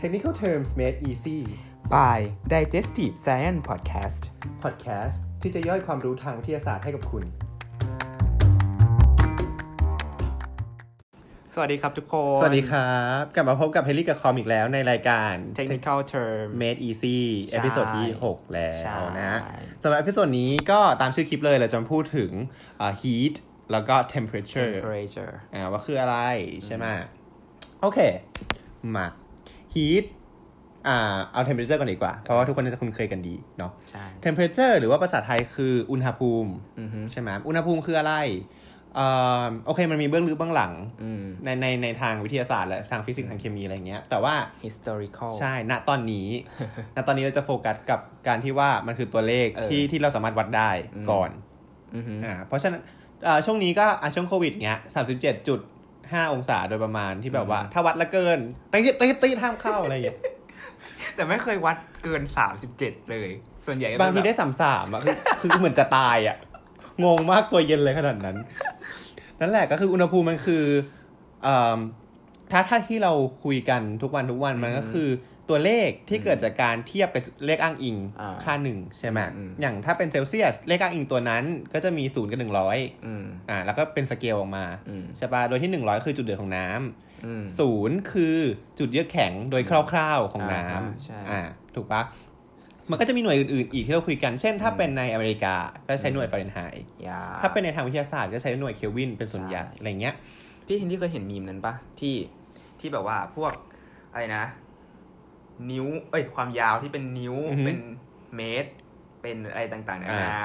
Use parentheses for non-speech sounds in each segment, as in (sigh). Technical Terms Made Easy by Digestive Science Podcast Podcast ที่จะย่อยความรู้ทางวิทยาศาสตร์ให้กับคุณ สวัสดีครับทุกคน สวัสดีครับ กลับมาพบกับเฮลิกับคอมอีกแล้วในรายการ Technical Term Made Easy ใช่ เอพิโซดที่ 6 แล้ ใช่ วนะสำหรับเอพิโซดนี้ก็ตามชื่อคลิปเลยเราจะมาพูดถึงเอ่อ heat แล้วก็ temperature Temperature อ่าว่าคืออะไรใช่ไหมโอเค มา heat อ่าเอา temperature ก่อนดีกว่า เพราะว่าทุกคนน่าจะคุ้นเคยกันดีเนาะ ใช่ temperature หรือว่าภาษาไทยคืออุณหภูมิ อือฮึ ใช่ไหมอุณหภูมิคืออะไรเอ่อโอเค มันมีเบื้องลึกเบื้องหลัง อืม ในในในทางวิทยาศาสตร์และทางฟิสิกส์ทางเคมีอะไรเงี้ย แต่ว่า historical ใช่ ณ ตอน (laughs) นี้ ณ ตอนนี้เราจะโฟกัสกับการที่ว่ามันคือตัวเลข เออ ที่ที่เราสามารถวัดได้ อืม ก่อน อือฮึ อ่าเพราะฉะนั้นเอ่อช่วงนี้ก็อ่ะช่วงโควิดเงี้ยสามสิบเจ็ดจุดห้าองศาโดยประมาณที่แบบว่า ถ้าวัดละเกินตีตีตีห้ามเข้าอะไรอย่างเงี้ย แต่ไม่เคยวัดเกิน 37 เลย ส่วนใหญ่ก็ บางทีได้สามสามอ่ะคือคือเหมือนจะตายอ่ะ งงมากตัวเย็นเลยขนาดนั้น นั่นแหละก็คืออุณหภูมิมันคือเอมถ้าถ้าที่เราคุยกันทุกวันทุกวันมันก็คือตัวเลขที่เกิดจากการเทียบกับเลขอ้างอิง อ่า ค่าหนึ่งใช่ไหม อืม อย่างถ้าเป็นเซลเซียสเลขอ้างอิงตัวนั้นก็จะมีศูนย์กับหนึ่งร้อย อืม อ่า แล้วก็เป็นสเกลออกมา อืม ใช่ปะโดยที่หนึ่งร้อยคือจุดเดือดของน้ำ อืม ศูนย์คือจุดเยือกแข็งโดยคร่าวๆของน้ อ่าฮะใช่ ำอ่าถูกปะมันก็จะมีหน่วยอื่นๆ อีกที่เราคุยกัน เช่น ถ้าเป็นในอเมริกาก็ใช้หน่วยฟาเรนไฮต์ ยา ถ้าเป็นในทางวิทยาศาสตร์ก็ใช้หน่วยเคลวินเป็นส่วนใหญ่ ใช่ อะไรเงี้ย พี่เห็นที่เคยเห็นมีมนั้นปะที่ที่แบบว่าพวกอะไรนะ นิ้ว เอ้ย ความยาวที่เป็นนิ้ว อือฮึ เป็นเมตร เป็นอะไรต่างๆนา อ่า นา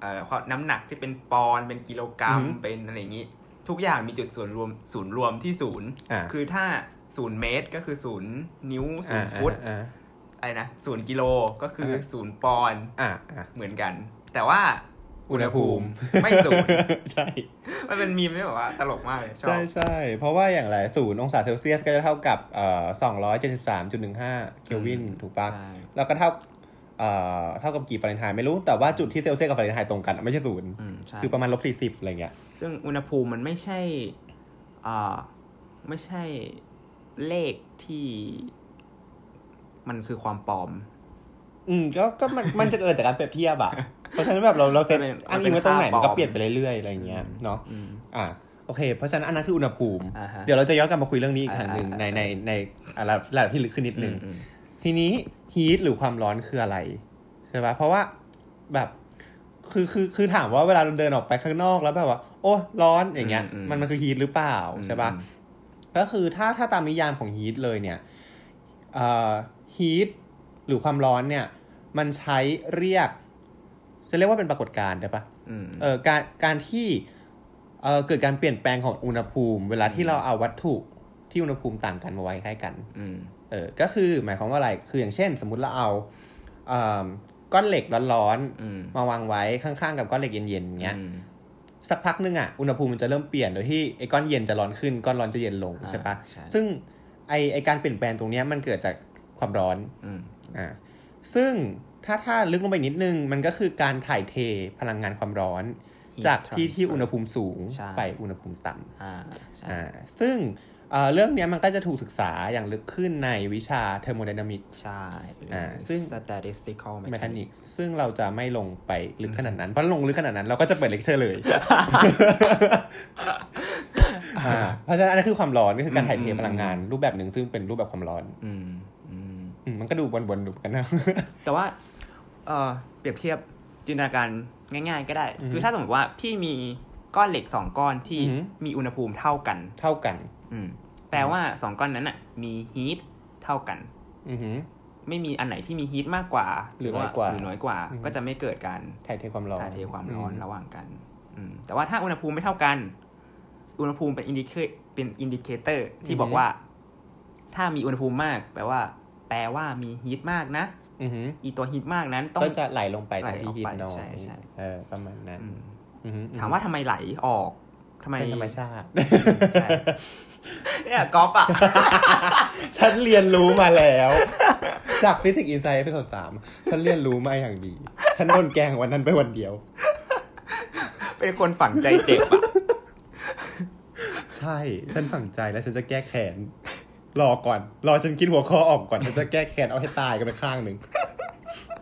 เอ่อความน้ำหนักที่เป็นปอนด์เป็นกิโลกรัม อือฮึ เป็นอะไรอย่างนี้ ทุกอย่างมีจุดส่วนรวมศูนย์รวมที่ศูนย์ อ่า คือถ้าศูนย์เมตรก็คือศูนย์นิ้วศูนย์ฟุต อ่า อะไรนะศูนย์กิโลก็คืออศูนย์ปอนด์ อ่าอ่า เหมือนกัน แต่ว่า อุณหภูมิ ไม่ศูนย์ (laughs) ใช่ มันเป็นมีมที่แบบว่าตลกมากเลยชอ ใช่ บ ใช่เพราะว่าอย่างไรศูนย์องศาเซลเซียสก็จะเท่ากับเอ่อสองร้อยเจ็ดสิบสามจุดหนึ่งห้าเคลวิน อืม ถูกปะแล้วก็เท่าเอ่อเท่ากับกี่ฟาเรนไฮต์ไม่รู้แต่ว่าจุดที่เซลเซียสกับฟาเรนไฮต์ตรงกันอะไม่ใช่ศูนย์ อืมใช่ คือประมาณลบสี่สิบอะไรเงี้ย ซึ่งอุณหภูมิมันไม่ใช่อ่าไม่ใช่เลขที่ มันคือความปลอม อืมก็ก็ (laughs) มันมันจะเกิดจากการเปรียบเทียบอะเพราะฉะนั้นแบบเราเราเซต มันเป็อ้างอิงนไว้ตรงไหน มั มัน น เป็นค่าปลอม ก็เปลี่ยนไปเรื่อยๆอะไรอย่างเงี้ยเนาะ อืม อ่ะโอเค เพราะฉะนั้นอันนั้นคืออุณหภูมิ อ่าฮะ เดี๋ยวเราจะย้อนกลับมาคุยเรื่องนี้อีกครั้งหนึ่ง อ่า ในในในอะไรระดับที่ลึกขึ้นนิดนึง อืม ทีนี้ฮีทหรือความร้อนคืออะไรใช่ปะเพราะว่าแบบคือคือคือถามว่าเวลาเราเดินออกไปข้างนอกแล้วแบบว่า โอ้ร้อนอย่างเงี้ย อืมอืม มันมันคือฮีทหรือเปล่า อืม ใช่ปะ ก็คือถ้าถ้าตามนิยามของฮีทเลยเนี่ยฮีทหรือความร้อนเนี่ย มันใช้เรียก จะเรียกว่าเป็นปรากฏการณ์ได้ปะ อืม เออการการที่เออเกิดการเปลี่ยนแปลงของอุณหภูมิ เวลาที่ อืม เราเอาวัตถุที่อุณหภูมิต่างกันมาไว้ใกล้กัน อืม เออก็คือหมายความว่าอะไร คืออย่างเช่น สมมติเราเอาเอ่อก้อนเหล็กร้อน อืม ๆมาวางไว้ข้างๆกับก้อนเหล็กเย็นๆเงี้ย อืม สักพักหนึงอ่ะ อุณหภูมิมันจะเริ่มเปลี่ยน โดยที่ไอ้ก้อนเย็นจะร้อนขึ้น ก้อนร้อนจะเย็นลง อ่า ใช่ปะ ใช่ ซึ่งไอ้ไอ้การเปลี่ยนแปลงตรงเนี้ยมันเกิดจากความร้อน อืม อ่า ซึ่งถ้าถ้าลึกลงไปนิดนึง มันก็คือการถ่ายเทพลังงานความร้อน Heat จากที่ transfer ที่อุณหภูมิสูง ใช่ ไปอุณหภูมิต่ อ่าใช่ ำอ่า ซึ่งเอ่อเรื่องเนี้ยมันก็จะถูกศึกษาอย่างลึกขึ้นในวิชาเทอร์โมไดนามิก ใช่หรื อ่าซึ่ง statistical แมคานิ mechanics กซึ่งเราจะไม่ลงไปลึกขนาดนั้น เพราะลงลึกขนาดนั้นเราก็จะเปิดเลคเชอร์ (laughs) เลยอ่าเพราะฉะนั้นอันนั้นคือความร้อนก็คือการถ่ายเท อืม พลังงานรูปแบบหนึ่งซึ่งเป็นรูปแบบความร้อน อืมอืม อืมมันก็ดูวนๆดูกันนะ (laughs) แต่ว่า เออเปรียบเทียบจินตนาการง่าย ๆ ก็ได้ อือฮึ คือถ้าสมมติว่าพี่มีก้อนเหล็กสองก้อนที่ อือฮึ มีอุณหภูมิเท่ากัน เท่ากัน อืมแปลว่าสองก้อนนั้นน่ะ มีฮีทเท่ากัน อือหือ ไม่มีอันไหนที่มีฮีทมากกว่า หรือน้อยกว่า หรือน้อยกว่า อืม ก็จะไม่เกิดการ ถ่ายเทความร้อน ถ่ายเทความร้อน ม ระหว่างกัน อืมแต่ว่าถ้าอุณหภูมิไม่เท่ากัน อุณหภูมิเป็นอินดิเคเป็นอินดิเคเตอร์ที่บอกว่า ถ้ามีอุณหภูมิมาก แปลว่า แปลว่ามีฮีทมากนะ อือหือ อีตัวฮีทมากนั้นต้อง ก็จะไหลลงไปตรงที่ฮี ไหล ท ลงไป น้อย ใช่ใช่ เออประมาณนั้น อืม อือหือ ถามว่าทำไมไหลออกทำไม เป็นธรรมชาติ (laughs) ใช่เนี่ยกอล์ฟอ่ะ (laughs) ฉันเรียนรู้มาแล้ว (laughs) จากฟิสิกส์อินไซต์เอพิโซดสามฉันเรียนรู้มาอย่างดี ฉันโดนแกล้งวันนั้นไปวันเดียว เป็นคนฝังใจเจ็บอ่ะ ใช่ ฉันฝังใจและฉันจะแก้แค้น รอก่อน รอฉันคิดหัวข้อออกก่อนฉันจะแก้แค้นเอาให้ตายกันไปข้างหนึ่ง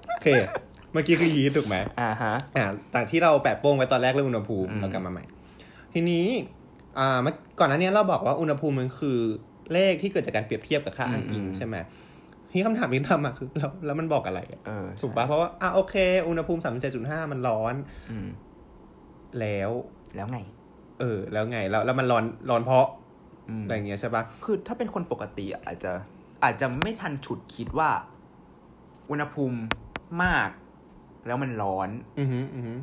โอเค เมื่อกี้คือยีสต์ถูกไหม อ่าฮะ อ่าแต่ที่เราแปะโป้งไว้ตอนแรกเรื่องอุณหภูมิ อืม เรากลับมาใหม่ ทีนี้อ่าเมื่อก่อนหน้านี้เราบอกว่าอุณหภูมิมันคือเลขที่เกิดจากการเปรียบเทียบกับค่าอ้างอิงใช่ไหมทีนี้คำถามที่ทำมาคือแล้วแล้วมันบอกอะไรอะ เออ ถูกปะเพราะว่าอ่ะโอเค อุณหภูมิสามเจ็ดจุดห้ามันร้อน อืม แล้ว แล้วไง เออ แล้วไงแล้วแล้วมันร้อนร้อนเพราะ อืม อะไรอย่างเงี้ยใช่ปะ คือถ้าเป็นคนปกติอาจจะ อาจจะไม่ทันฉุดคิดว่า อุณหภูมิมาก แล้วมันร้อน อือหืออือหือ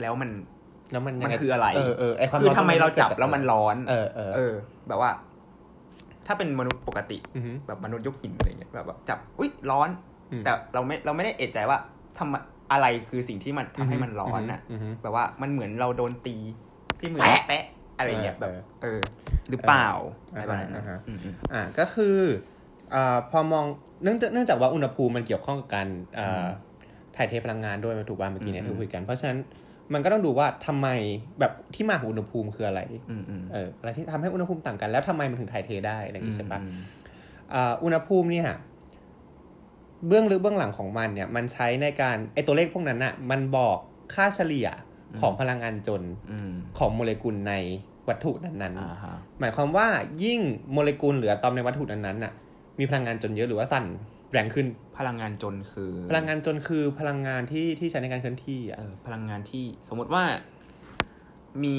แล้วมัน แล้วมัน มั ยั น งง คืออะไร เออเออไอความ คือ ร้น ทำไมเราจับ กิดจก แล้วมันร้อน เออเออ เออ แบบว่า ถ้าเป็นมนุษย์ปกติ อือหือ แบบมนุษย์ยกหินอะไรเงี้ยแบบว่าจับ อุ๊ย ร้อน อืม แต่เราไม่ เราไม่ได้เอะใจว่าทำไมอะไรคือสิ่งที่มันทำให้มันร้อนน่ะ อือหือ แบบว่ามันเหมือนเราโดนตีที่มือ แปะ แปะอะไรเงี้ย เออ แบบ เออ เออ หรือเปล่า อ่า อะไรประมาณนั้ อ่าน ฮะ อืมอืม อ่าก็คืออ่าพอมองเนื่องจากเนื่องจากว่าอุณหภูมิมันเกี่ยวข้องกับการอ่าถ่ายเทพลังงานด้วยมันถูกบ้านเมื่อกี้เนี่ย อืม ที่คุยกัน เพราะฉะนั้นมันก็ต้องดูว่าทำไมแบบที่มาของอุณหภูมิคืออะไร อืมอืม เอออะไรที่ทำให้อุณหภูมิต่างกัน แล้วทำไมมันถึงถ่ายเทได้อะไรอย่างงี้ใช่ปะ อืม อ่าอุณหภูมิเนี่ยเบื้องลึกเบื้องหลังของมันเนี่ย มันใช้ในการไอตัวเลขพวกนั้นอะมันบอกค่าเฉลี่ยของพลังงานจน อืม ของโมเลกุลในวัตถุนั้นๆ อ่าฮะ หมายความว่ายิ่งโมเลกุลหรืออะตอมในวัตถุนั้นๆน่ะมีพลังงานจนเยอะหรือว่าสั่นแรงขึ้น พลังงานจนคือ พลังงานจนคือพลังงานที่ที่ใช้ในการเคลื่อนที่อ่ะ เออพลังงานที่สมมติว่ามี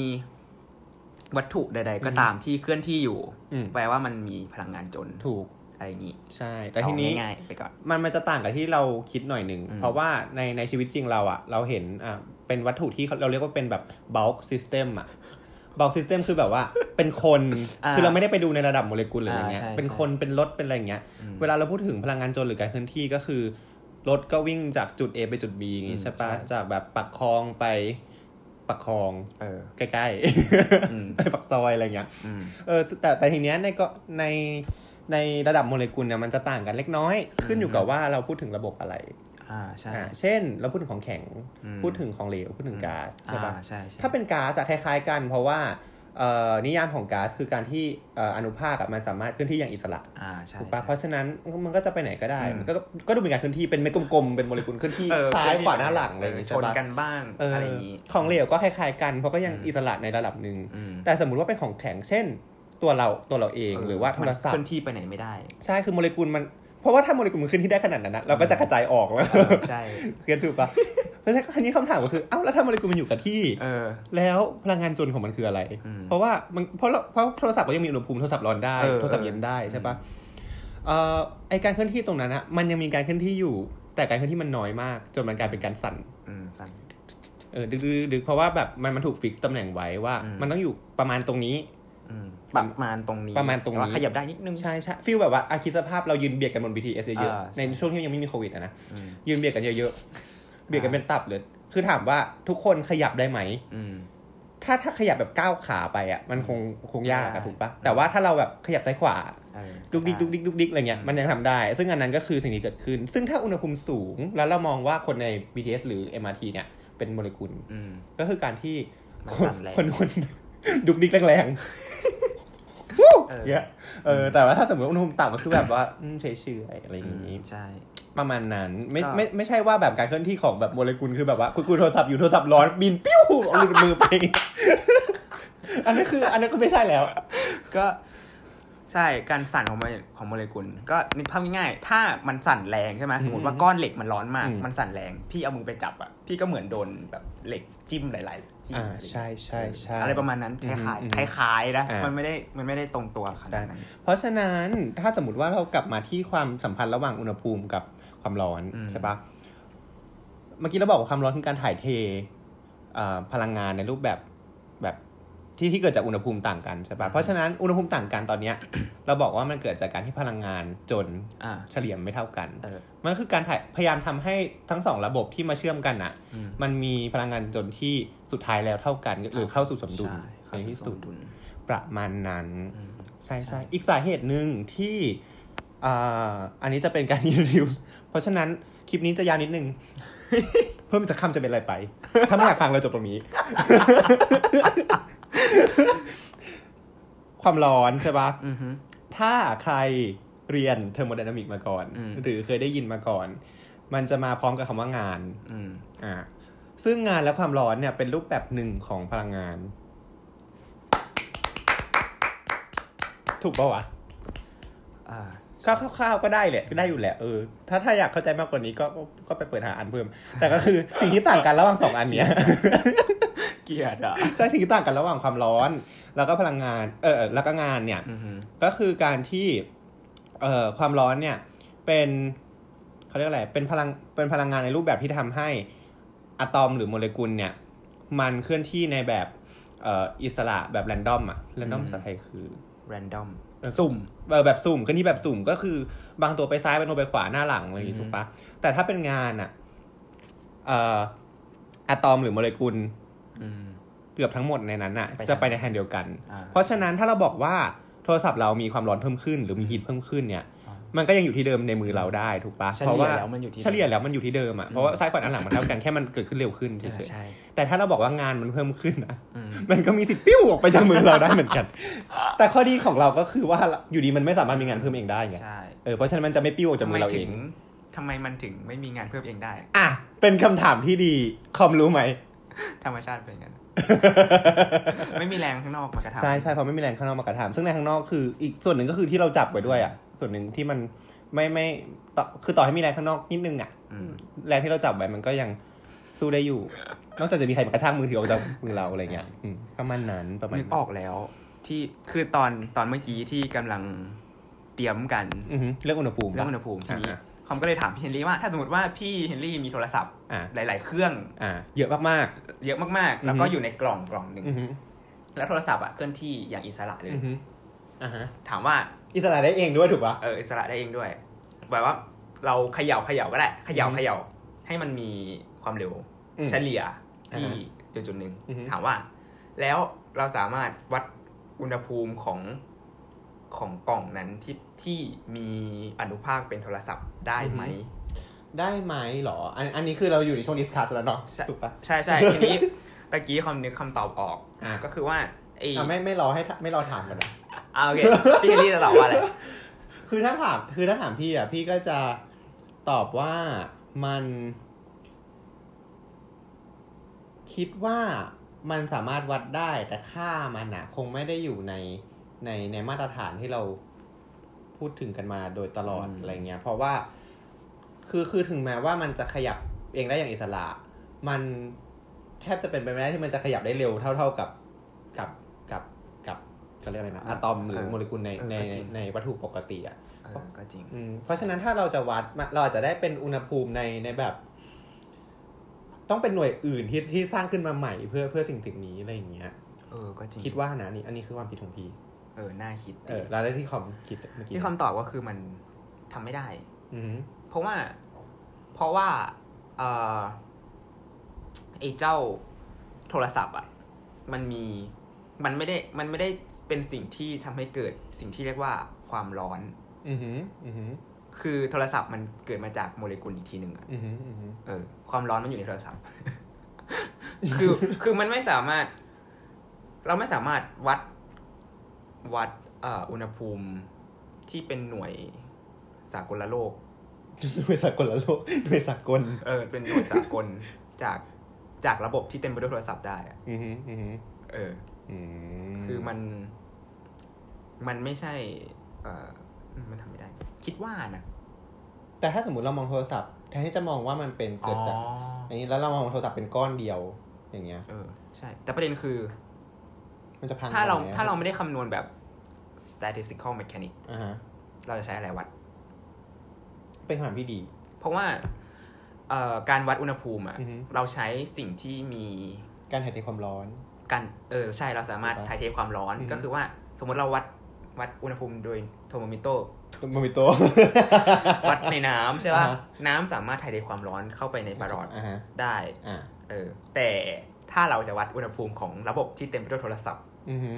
วัตถุใด ๆ ก็ตามที่เคลื่อนที่อยู่ อืม แปลว่ามันมีพลังงานจน ถูก อะไรอย่างงี้ ใช่ แต่ทีนี้ เอาง่ายๆไปก่อน มันมันจะต่างกับที่เราคิดหน่อยหนึ่ง อืม เพราะว่าในในชีวิตจริงเราอ่ะ เราเห็นอ่ะเป็นวัตถุที่เขาเราเรียกว่าเป็นแบบ bulk system อ่ะ bulk system คือแบบว่าเป็นคน อ่า คือเราไม่ได้ไปดูในระดับโมเลกุลหรืออะไรเงี้ย อ่าใช่ เป็น ใช่ คนเป็นรถเป็นอะไรอย่างเงี้ย อืม เวลาเราพูดถึงพลังงานจลหรือการเคลื่อนที่ก็คือ รถก็วิ่งจากจุด A ไปจุด B อย่างงี้ อืม ใช่ปะ ใช่ จากแบบปักคลองไปปักคลอง เออ ใกล้ อืม ๆ ไปปักซอยอะไรเงี้ย อืม เออแต่แต่ทีเนี้ยในก็ในในระดับโมเลกุลเนี่ยมันจะต่างกันเล็กน้อย ขึ้นอยู่กับว่าเราพูดถึงระบบอะไร อ่าใช่ อ่าเช่น เราพูดถึงของแข็ง อืม พูดถึงของเหลวพูดถึงก๊าซใช่ปะ อ่าใช่ใช่ ถ้าเป็นก๊าซอะคล้ายๆกัน เพราะว่าเอ่อนิยามของก๊าซคือการที่เอ่ออนุภาคอะมันสามารถเคลื่อนที่อย่างอิสระ อ่าใช่ ถูกปะเพราะฉะนั้นมันก็จะไปไหนก็ได้ อืม มันก็ก็ดูเป็นการเคลื่อนที่เป็นเม็ดกลมๆ เป็นโมเลกุลเคลื่อนที่ เออ ซ้ายขวาหน้าหลังอะไรอย่างเงี้ย ช ใช่ น ปะ กันบ้าง เอออ อะไรอย่างงี้ ของเหลวก็คล้ายๆกัน เพราะก็ยัง อืม อิสระในระดับหนึ่ง อืม แต่สมมติว่าเป็นของแข็ง เช่น ตัวเราตัวเราเองหรือว่าโทรศัพ มันเคลื่อ ท์ นที่ไปไหนไม่ได้ ใช่ คือโมเลกุลมัน เพราะว่าถ้าโมเลกุลมันเคลื่อนที่ได้ขนาดนั้นนะเราก็จะกระจายออกแล้ว (laughs) เออใช่ เก็ตถูกปะเพราะฉะนั้นอันนี้คำถามก็คือ เอ้า แล้วถ้าโมเลกุลมันอยู่กับที่ เออ แล้วพลังงานจลของมันคืออะไร อืม เพราะว่ามันเพราะเราเพราะโทรศัพท์ก็ยังมีอุณหภูมิโทรศัพท์ร้อนได้ เออ โทรศัพท์เย็นได้ใช่ปะเอ่อไอการเคลื่อนที่ตรงนั้นอะมันยังมีการเคลื่อนที่อยู่ แต่การเคลื่อนที่มันน้อยมาก จนมันกลายเป็นการสั่น อืมสั่น เออดึกๆดึกๆเพราะว่าแบบมันมันถูกฟิกตำแหน่งไว้ว่า อืม มันต้องอยู่ประมาณตรงนี้ อืมประมาณตรงนี้ ประมาณตรงนี้ แว่ขยับได้นิดนึง ใช่ใช่ฟิลแบบว่าอาคิดสภาพเรายืนเบียดกันบน BTS เยอะ อ่า ๆ ใช่ ในช่วงที่ยังไม่มีโควิดอะนะ อืม ยืนเบียดกันเยอะๆเบียดกันเป็นตับเลย คือถามว่าทุกคนขยับได้ไหม อืม ถ้าถ้าขยับแบบก้าวขาไปอ่ะมันคงคงยากอะ ได้ ถูกปะแต่ว่าถ้าเราแบบขยับซ้ายขวา เออ ดุกดิกดุกดิกดุกดิกอะไรเงี้ย อืม มันยังทำได้ ซึ่งอันนั้นก็คือสิ่งที่เกิดขึ้น ซึ่งถ้าอุณหภูมิสูง แล้วเรามองว่าคนใน BTS หรือ MRT เนี่ยเป็นโมเลกุล อืม ก็คือการที่ มัน คน สั่นแรง คนคน (laughs) ดุกดิกแรงๆ เออ เงี้ยเออแต่ว่าถ้าสมมติอุณหภูมิต่ำก็คือแบบว่าอืมเฉยๆอะไรอย่างนี้ ใช่ ประมาณนั้นไม่ ก็ ไม่ไม่ใช่ว่าแบบการเคลื่อนที่ของแบบโมเลกุลคือแบบว่าคุยคุยโทรศัพท์อยู่โทรศัพท์ร้อนบินปิ้วเอาหลุดมือไป (laughs) อันนั้นคือ อันนั้นก็ไม่ใช่แล้ว ก็ใช่การสั่นของมันของโมเลกุล ก็นึกภาพง่ายๆถ้ามันสั่นแรงใช่ไหมสมมติว่าก้อนเหล็กมันร้อนมาก อืม มันสั่นแรงพี่เอามือไปจับอ่ะพี่ก็เหมือนโดนแบบเหล็กจิ้มหลายๆจิ้ม อ่า อะไรอย่างเงี้ย ใช่ใช่ใช่ อะไรประมาณนั้น อื ค ม ล้าย อืม ๆคล้ายๆนะ อ่ามั มันไม่ได้มันไม่ได้ตรงตัวขนาดนั้น ใช่ เพราะฉะนั้นถ้าสมมติว่าเรากลับมาที่ความสัมพันธ์ระหว่างอุณหภูมิกับความร้อน อืม ใช่ปะเมื่อกี้เราบอกว่าความร้อนคือการถ่ายเทเอ่อพลังงานในรูปแบบแบบที่ที่เกิดจากอุณหภูมิต่างกันใช่ปะเพราะฉะนั้นอุณหภูมิต่างกันตอนเนี้ย เราบอกว่ามันเกิดจากการที่พลังงานจน อ่า เฉลี่ยไม่เท่ากัน เออ มันก็คือการถ่ายพยายามทำให้ทั้งสองระบบที่มาเชื่อมกันน่ะ อืม มันมีพลังงานจนที่สุดท้ายแล้วเท่ากัน หรือเข้าสู่สมดุล ใช่เข้า ใน สู่ ที่ ส สุด มดุล ประมาณนั้น อืม ใช่ ใช่ ใช่อีกสาเหตุหนึ่งที่อ่าอันนี้จะเป็นการ (laughs) introduce เพราะฉะนั้นคลิปนี้จะยาวนิดนึง (laughs) เพิ่มจากคำจะเป็นอะไรไป ถ้าไม่อยากฟังเราจบตรงนี้ (laughs) ความร้อนใช่ปะ อือฮึ ถ้าใครเรียนเทอร์โมไดนามิกมาก่อน อืม หรือเคยได้ยินมาก่อน มันจะมาพร้อมกับคำว่างาน อืม อ่า ซึ่งงานและความร้อนเนี่ยเป็นรูปแบบหนึ่งของพลังงาน ถูกปะวะ อ่า ก็คร่าวๆก็ได้แหละได้อยู่แหละเออถ้าถ้าอยากเข้าใจมากกว่านี้ก็ก็ก็ไปเปิดหาอันเพิ่ม แต่ก็คือ (laughs) สิ่งที่ต่างกันระหว่างสองอันเนี้ย (laughs) เกลียดอ่ะ ใช่สิ่งที่ต่างกันระหว่างความร้อน แล้วก็พลังงานเออแล้วก็งานเนี่ย อือหือ ก็คือการที่เอ่อความร้อนเนี่ยเป็นเขาเรียกอะไรเป็นพลังเป็นพลังงานในรูปแบบที่ทำให้อะตอมหรือโมเลกุลเนี่ย มันเคลื่อนที่ในแบบเอ่ออิสระแบบแรนดอมอะแรนดอมภาษาไทยคือ แรนดอม สุ่มแบบสุ่มขึ้นที่แบบสุ่มก็คือบางตัวไปซ้ายบางตัวไปขวาหน้าหลังอะไรอย่าง อื งี้ ม ถูกปะแต่ถ้าเป็นงานอะเอ่ออะตอมหรือโมเลกุล อืม เกือบทั้งหมดในนั้นอะ ไปทาง จะไปในทางเดียวกัน อ่า เพราะฉะนั้นถ้าเราบอกว่าโทรศัพท์เรามีความร้อนเพิ่มขึ้น หรือมีฮีทเพิ่มขึ้นเนี่ย อ่ามั มันก็ยังอยู่ที่เดิมในมือเราได้ถูกปะ เฉลี่ย เพราะว่า แล้วมันอยู่ที่เดิม เฉลี่ยแล้วมันอยู่ที่เดิมอ่ะ อืม เพราะว่าซ้ายขวาหน้าหลังมันเท่ากันแค่มันเกิดขึ้นเร็วขึ้นเฉ เออย ใช่ ๆแต่ถ้าเราบอกว่างานมันเพิ่มขึ้นนะ อืม มันก็มีสิทธิ์ปิ้วออกไปจากมือเราได้เหมือนกัน แต่ข้อดีของเราก็คือว่าอยู่ดีมันไม่สามารถมีงานเพิ่มเองได้ไง ใช่ เออ เพราะฉะนั้นมันจะไม่ปิ้วออกจากมือเราเอง ทำไมมันถึงไม่มีงานเพิ่มเองได้ อ่ะ เป็นคำถามที่ดี คอมรู้ไหม ธรรมชาติเป็นอย่างนั้น (laughs) ไม่มีแรงข้างนอกมากระทำ ใช่ใช่เพราะไม่มีแรงข้างนอกมากระทำซึ่งแรงข้างนอกคืออีกส่วนหนึ่งก็คือที่เราจับไว้ด้วยอ่ะ ส่วนหนึ่งที่มันไม่ไม่ต่อคือต่อให้มีแรงข้างนอกนิดนึงอ่ะ อืม แรงที่เราจับไว้มันก็ยังสู้ได้อยู่ นอกจากจะมีใครมากระชากมือถือออกจากมือเราอะไรเงี้ยอืมประมาณนั้นประมาณ นึกออกแล้ว ที่คือตอนตอนเมื่อกี้ที่กำลังเตรียมกัน อือฮึเรื่องอุณหภูมิปะ เรื่องอุณหภูมิทีนี้ อ่า คอมก็เลยถามพี่เฮนรี่ว่า ถ้าสมมติว่าพี่เฮนรี่มีโทรศัพท์ อ่า หลาย ๆ เครื่อง อ่า เยอะมาก เยอะมาก อืมๆแล้วก็อยู่ในกล่องกล่องหนึ่ง ๆอือฮึ แล้วโทรศัพท์อ่ะเคลื่อนที่อย่างอิสระเลย อือฮึอ่าฮะ ถามว่า อิสระได้เองด้วยถูกปะ เอออิสระได้เองด้วยแบบว่า เราเขย่าเขย่าก็ได้เขย่า อือฮึ เขย่าให้มันมีความเร็ว อืม เฉลี่ยที่ อ่า จุดจุดๆหนึ่ง อือฮึ ถามว่า แล้วเราสามารถวัดอุณหภูมิของของกล่องนั้นที่ที่มีอนุภาคเป็นโทรศัพท์ได้ไหม ได้ไหมเหรอ อันอันนี้คือเราอยู่ในช่วงดิสคัสแล้วเนาะ ใช่ ถูกปะ ใช่ใช่ ทีนี้ตะกี้คำนึกคำตอบออก อ่ะ ก็คือว่าไอ้ อ่ะไม่ไม่รอให้ถไม่รอถามก่อนนะ อ่ะโอเคพี่เอลี่จะตอบว่าอะไร (laughs) คือถ้าถามคือถ้าถามพี่อ่ะพี่ก็จะตอบว่ามัน คิดว่ามันสามารถวัดได้แต่ค่ามันอ่ะ คงไม่ได้อยู่ในในในมาตรฐานที่เราพูดถึงกันมาโดยตลอด อืม อะไรเงี้ย เพราะว่า คือคือถึงแม้ว่ามันจะขยับเองได้อย่างอิสระ มันแทบจะเป็นไปไม่ได้ที่มันจะขยับได้เร็วเท่าเท่าๆกับกับกับกับเขาเรียกอะไรนะ อ่า อะตอมหรือ เออ โมเลกุลใน เออ ใน ก็จริง ในวัตถุปกติอ่ะ เออก็จริง อืมเพราะฉะนั้นถ้าเราจะวัดมาเราอาจจะได้เป็นอุณหภูมิในในแบบ ต้องเป็นหน่วยอื่นที่ที่สร้างขึ้นมาใหม่เพื่อเพื่อสิ่งสิ่งนี้อะไรอย่างเงี้ย เออก็จริง คิดว่านะนี่อันนี้คือความคิดของพี่ เออน่าคิด เออเราได้ที่คอมคิดเมื่อกี้ ที่คำตอบก็คือมันทำไม่ได้ อืม เพราะว่า เพราะว่าเออไอ้เจ้าโทรศัพท์อ่ะ มันมี มันไม่ได้ มันไม่ได้เป็นสิ่งที่ทำให้เกิดสิ่งที่เรียกว่าความร้อน อืมอืมอืม คือโทรศัพท์มันเกิดมาจากโมเลกุลอีกทีหนึ่งอะ อืมอื (laughs) ม เออความร้อนมันอยู่ในโทร (laughs) ศัพท์ คือคือมันไม่สามารถ เราไม่สามารถวัดวัดเอ่ออุณหภูมิที่เป็นหน่วยสากลโลก หน่วยสากลละโลกหน่วยสากล เออเป็นหน่วยสาก (laughs) ล จากจากระบบที่เต็มไปด้วยโทรศัพท์ได้อะ อืมฮึอืมฮึ เออ อืม คือมัน มันไม่ใช่ เออมันทำไม่ได้ คิดว่านะ แต่ถ้าสมมติเรามองโทรศัพท์แทนที่จะมองว่ามันเป็นเกิดจาก อ๋อ อันนี้แล้วเรามองโทรศัพท์เป็นก้อนเดียว อย่างเงี้ย เออ ใช่ แต่ประเด็นคือ มันจะพัง ถ้าเรา ไปไหม ถ้าเราไม่ได้คำนวณแบบ statistical mechanic อ่าฮะ เราจะใช้อะไรวัด เป็นคำถามที่ดี เพราะว่าเอ่อการวัดอุณหภูมิอะ อือฮึ เราใช้สิ่งที่มี การถ่ายเทความร้อน การเออใช่เราสามารถ ถูกปะ ถ่ายเทความร้อน อือฮึ ก็คือว่า สมมติเราวัดวัดอุณหภูมิโดยโทรโม (laughs) มิเตอร์ มันมีตัว วัดในน้ำใช่ป่ะ อ่าฮะ น้ำสามารถถ่ายเทความร้อนเข้าไปในบารอด อ่าฮะ ได้ อ่า เออแต่ถ้าเราจะวัดอุณหภูมิของระบบที่เต็มไปด้วยโทรศัพท์ อือฮึ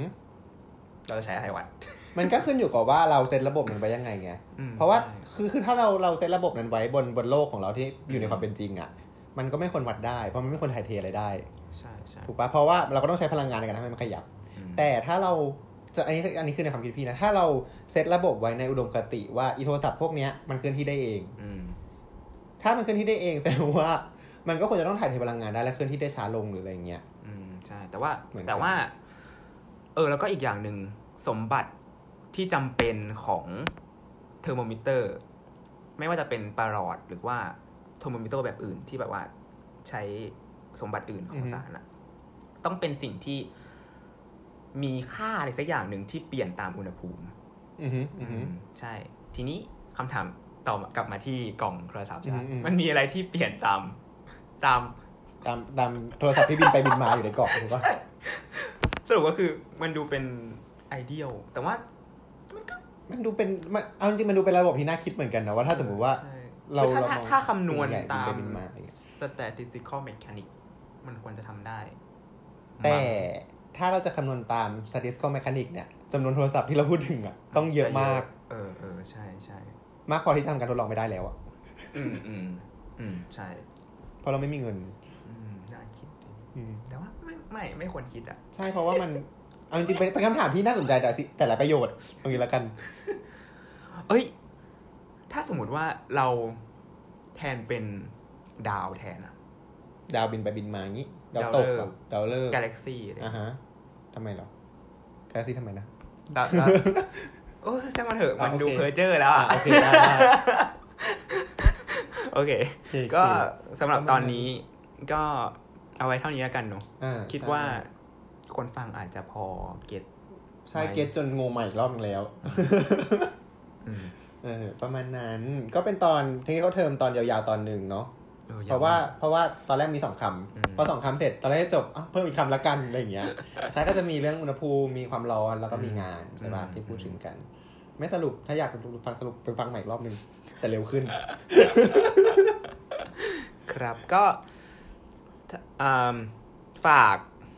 เราจะใช้อะไรวัด มันก็ขึ้นอยู่กับว่าเราเซตระบบมันไว้ยังไงไง อืม เพราะว่า ใช่ คือคือถ้าเราเราเซตระบบนั้นไว้บนบนโลกของเราที่อยู่ใน อืม ความเป็นจริงอ่ะ มันก็ไม่ควรวัดได้ เพราะมันไม่ควรถ่ายเทอะไรได้ ใช่ใช่ ถูกปะเพราะว่าเราก็ต้องใช้พลังงานในการทำให้มันขยับ อืม แต่ถ้าเรา จะอันนี้อันนี้คือในความคิดพี่นะ ถ้าเราเซตระบบไว้ในอุดมคติว่าอีโทรศัพท์พวกเนี้ยมันเคลื่อนที่ได้เอง อืม ถ้ามันเคลื่อนที่ได้เอง (laughs) แสดงว่ามันก็ควรจะต้องถ่ายเทพลังงานได้และเคลื่อนที่ได้ช้าลงหรืออะไรอย่างเงี้ย อืมใช่ แต่ว่า เหมือนกัน แต่ว่า เออ แล้วก็อีกอย่างหนึ่งสมบัติที่จำเป็นของเทอร์โมมิเตอร์ ไม่ว่าจะเป็นปารอดหรือว่าเทอร์โมมิเตอร์แบบอื่นที่แบบว่าใช้สมบัติอื่นของสารอะต้องเป็นสิ่งที่มีค่าอะไรสักอย่างหนึ่งที่เปลี่ยนตามอุณหภูมิ อือฮึอือฮึ ใช่ ทีนี้คำถามต่อบกลับมาที่กล่องโทรศัพท์ใช่ไหม อืมอืม มันมีอะไรที่เปลี่ยนตามตาม ตามตามโทรศัพท์ที่บินไปบินมาอยู่ในกรอบถูกปะ สรุปก็คือมันดูเป็นไอเดียลแต่ว่า มันดูเป็นมันเอาจริงๆมันดูเป็นระบบที่น่าคิดเหมือนกันนะว่าถ้าสมมติว่า ใช่ เรา คือถ้า เรา ถ้าม อง ถ้าคำนวณ เป็นใหญ่ ตาม เป็นเป็นมาอะไรเงี้ย statistical mechanic มันควรจะทำได้ แต่ มั้ง ถ้าเราจะคำนวณตาม statistical mechanic เนี่ยจำนวนโทรศัพท์ที่เราพูดถึงอ่ะต้องเยอะมาก เออเออใช่ใช่ มากพอที่จะทำการทดลองไม่ได้แล้วอะ อืมอืมอืมใช่ เพราะเราไม่มีเงิน อืมน่าคิดดี อืม แต่ว่าไม่ไม่ไม่ควรคิดอ่ะ ใช่เพราะว่า (laughs) มันเอาจริงๆเป็นเป็นคำถามที่น่าสนใจแต่สิแต่หลายประโยชน์ตรงนี้ละกัน เอ้ย ถ้าสมมติว่าเราแทนเป็นดาวแทนอะ ดาวบินไปบินมางี้ดาวตดาวก ฤกษ์ เหรอดาวเลิกษ์ กาแล็กซี่อะไรอย่างเงี้ย อ่ะฮะทำไมเหรอกาแล็กซี่ทำไมนะ แล้วโอ้ช่างมันเถอะ อ่ะ มันดู โอเค เพอร์เจอร์แล้ว อ่ะ อ่ะ โอเคได้ได้ โอเค โอเค ก็สำหรับตอนนี้ก็เอาไว้เท่านี้แล้วกันเนาะ อ่ คิดว่าคนฟังอาจจะพอเก็ต ใช่เก็ตจนงงใหม่อีกรอบนึงแล้ว อืม เออประมาณนั้นก็เป็นตอนที่เขาเทอมตอนยาวๆตอนหนึ่งเนาะ ออ เพราะว่าเพราะว่าตอนแรกมีสองค อืม ำพอสองคำเสร็จตอนแรกจะจบอ่ะเพิ่มอีกคำละกันอะไรอย่างเงี้ยใช่ก็จะมีเรื่องอุณหภูมิมีความร้อนแล้วก็มีงานใช่ป่ะ อืม ที่พูดถึงกัน ไม่สรุปถ้าอยากฟังสรุปไปฟังใหม่อีกรอบหนึง แต่เร็วขึ้น ครับก็ถ้าอ่าฝาก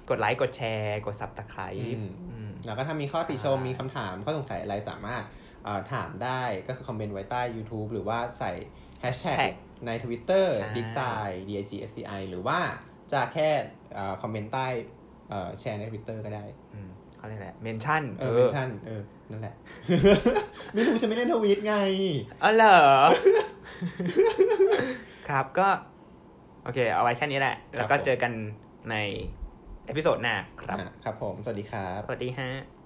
กดไลค์กดแชร์ กด subscribe อืม อืม แล้วก็ถ้ามีข้อติชม ใช่ มีคำถามข้อสงสัยอะไรสามารถเอ่อถามได้ก็คือคอมเมนต์ไว้ใต้ YouTube หรือว่าใส่ hashtag ใน Twitter ใช่ d i g s i d i g s c i หรือว่าจะแค่เอ่อคอมเมนต์ใต้เอ่อแชร์ใน Twitter ก็ได้ อืมเขาเรียกอะไรเมนชั่น เออเมนชั่นเออ นั่นแหละ (laughs) ไม่รู้จะไม่เล่นทวีตไง อ๋อเหร (laughs) อ ครับก็ โอเค เอาไว้แค่นี้แหละ แล้วคก็รับผม เจอกันในเอพิโซดหน้าครับ อ่ะครับผม สวัสดีครับ สวัสดีฮะ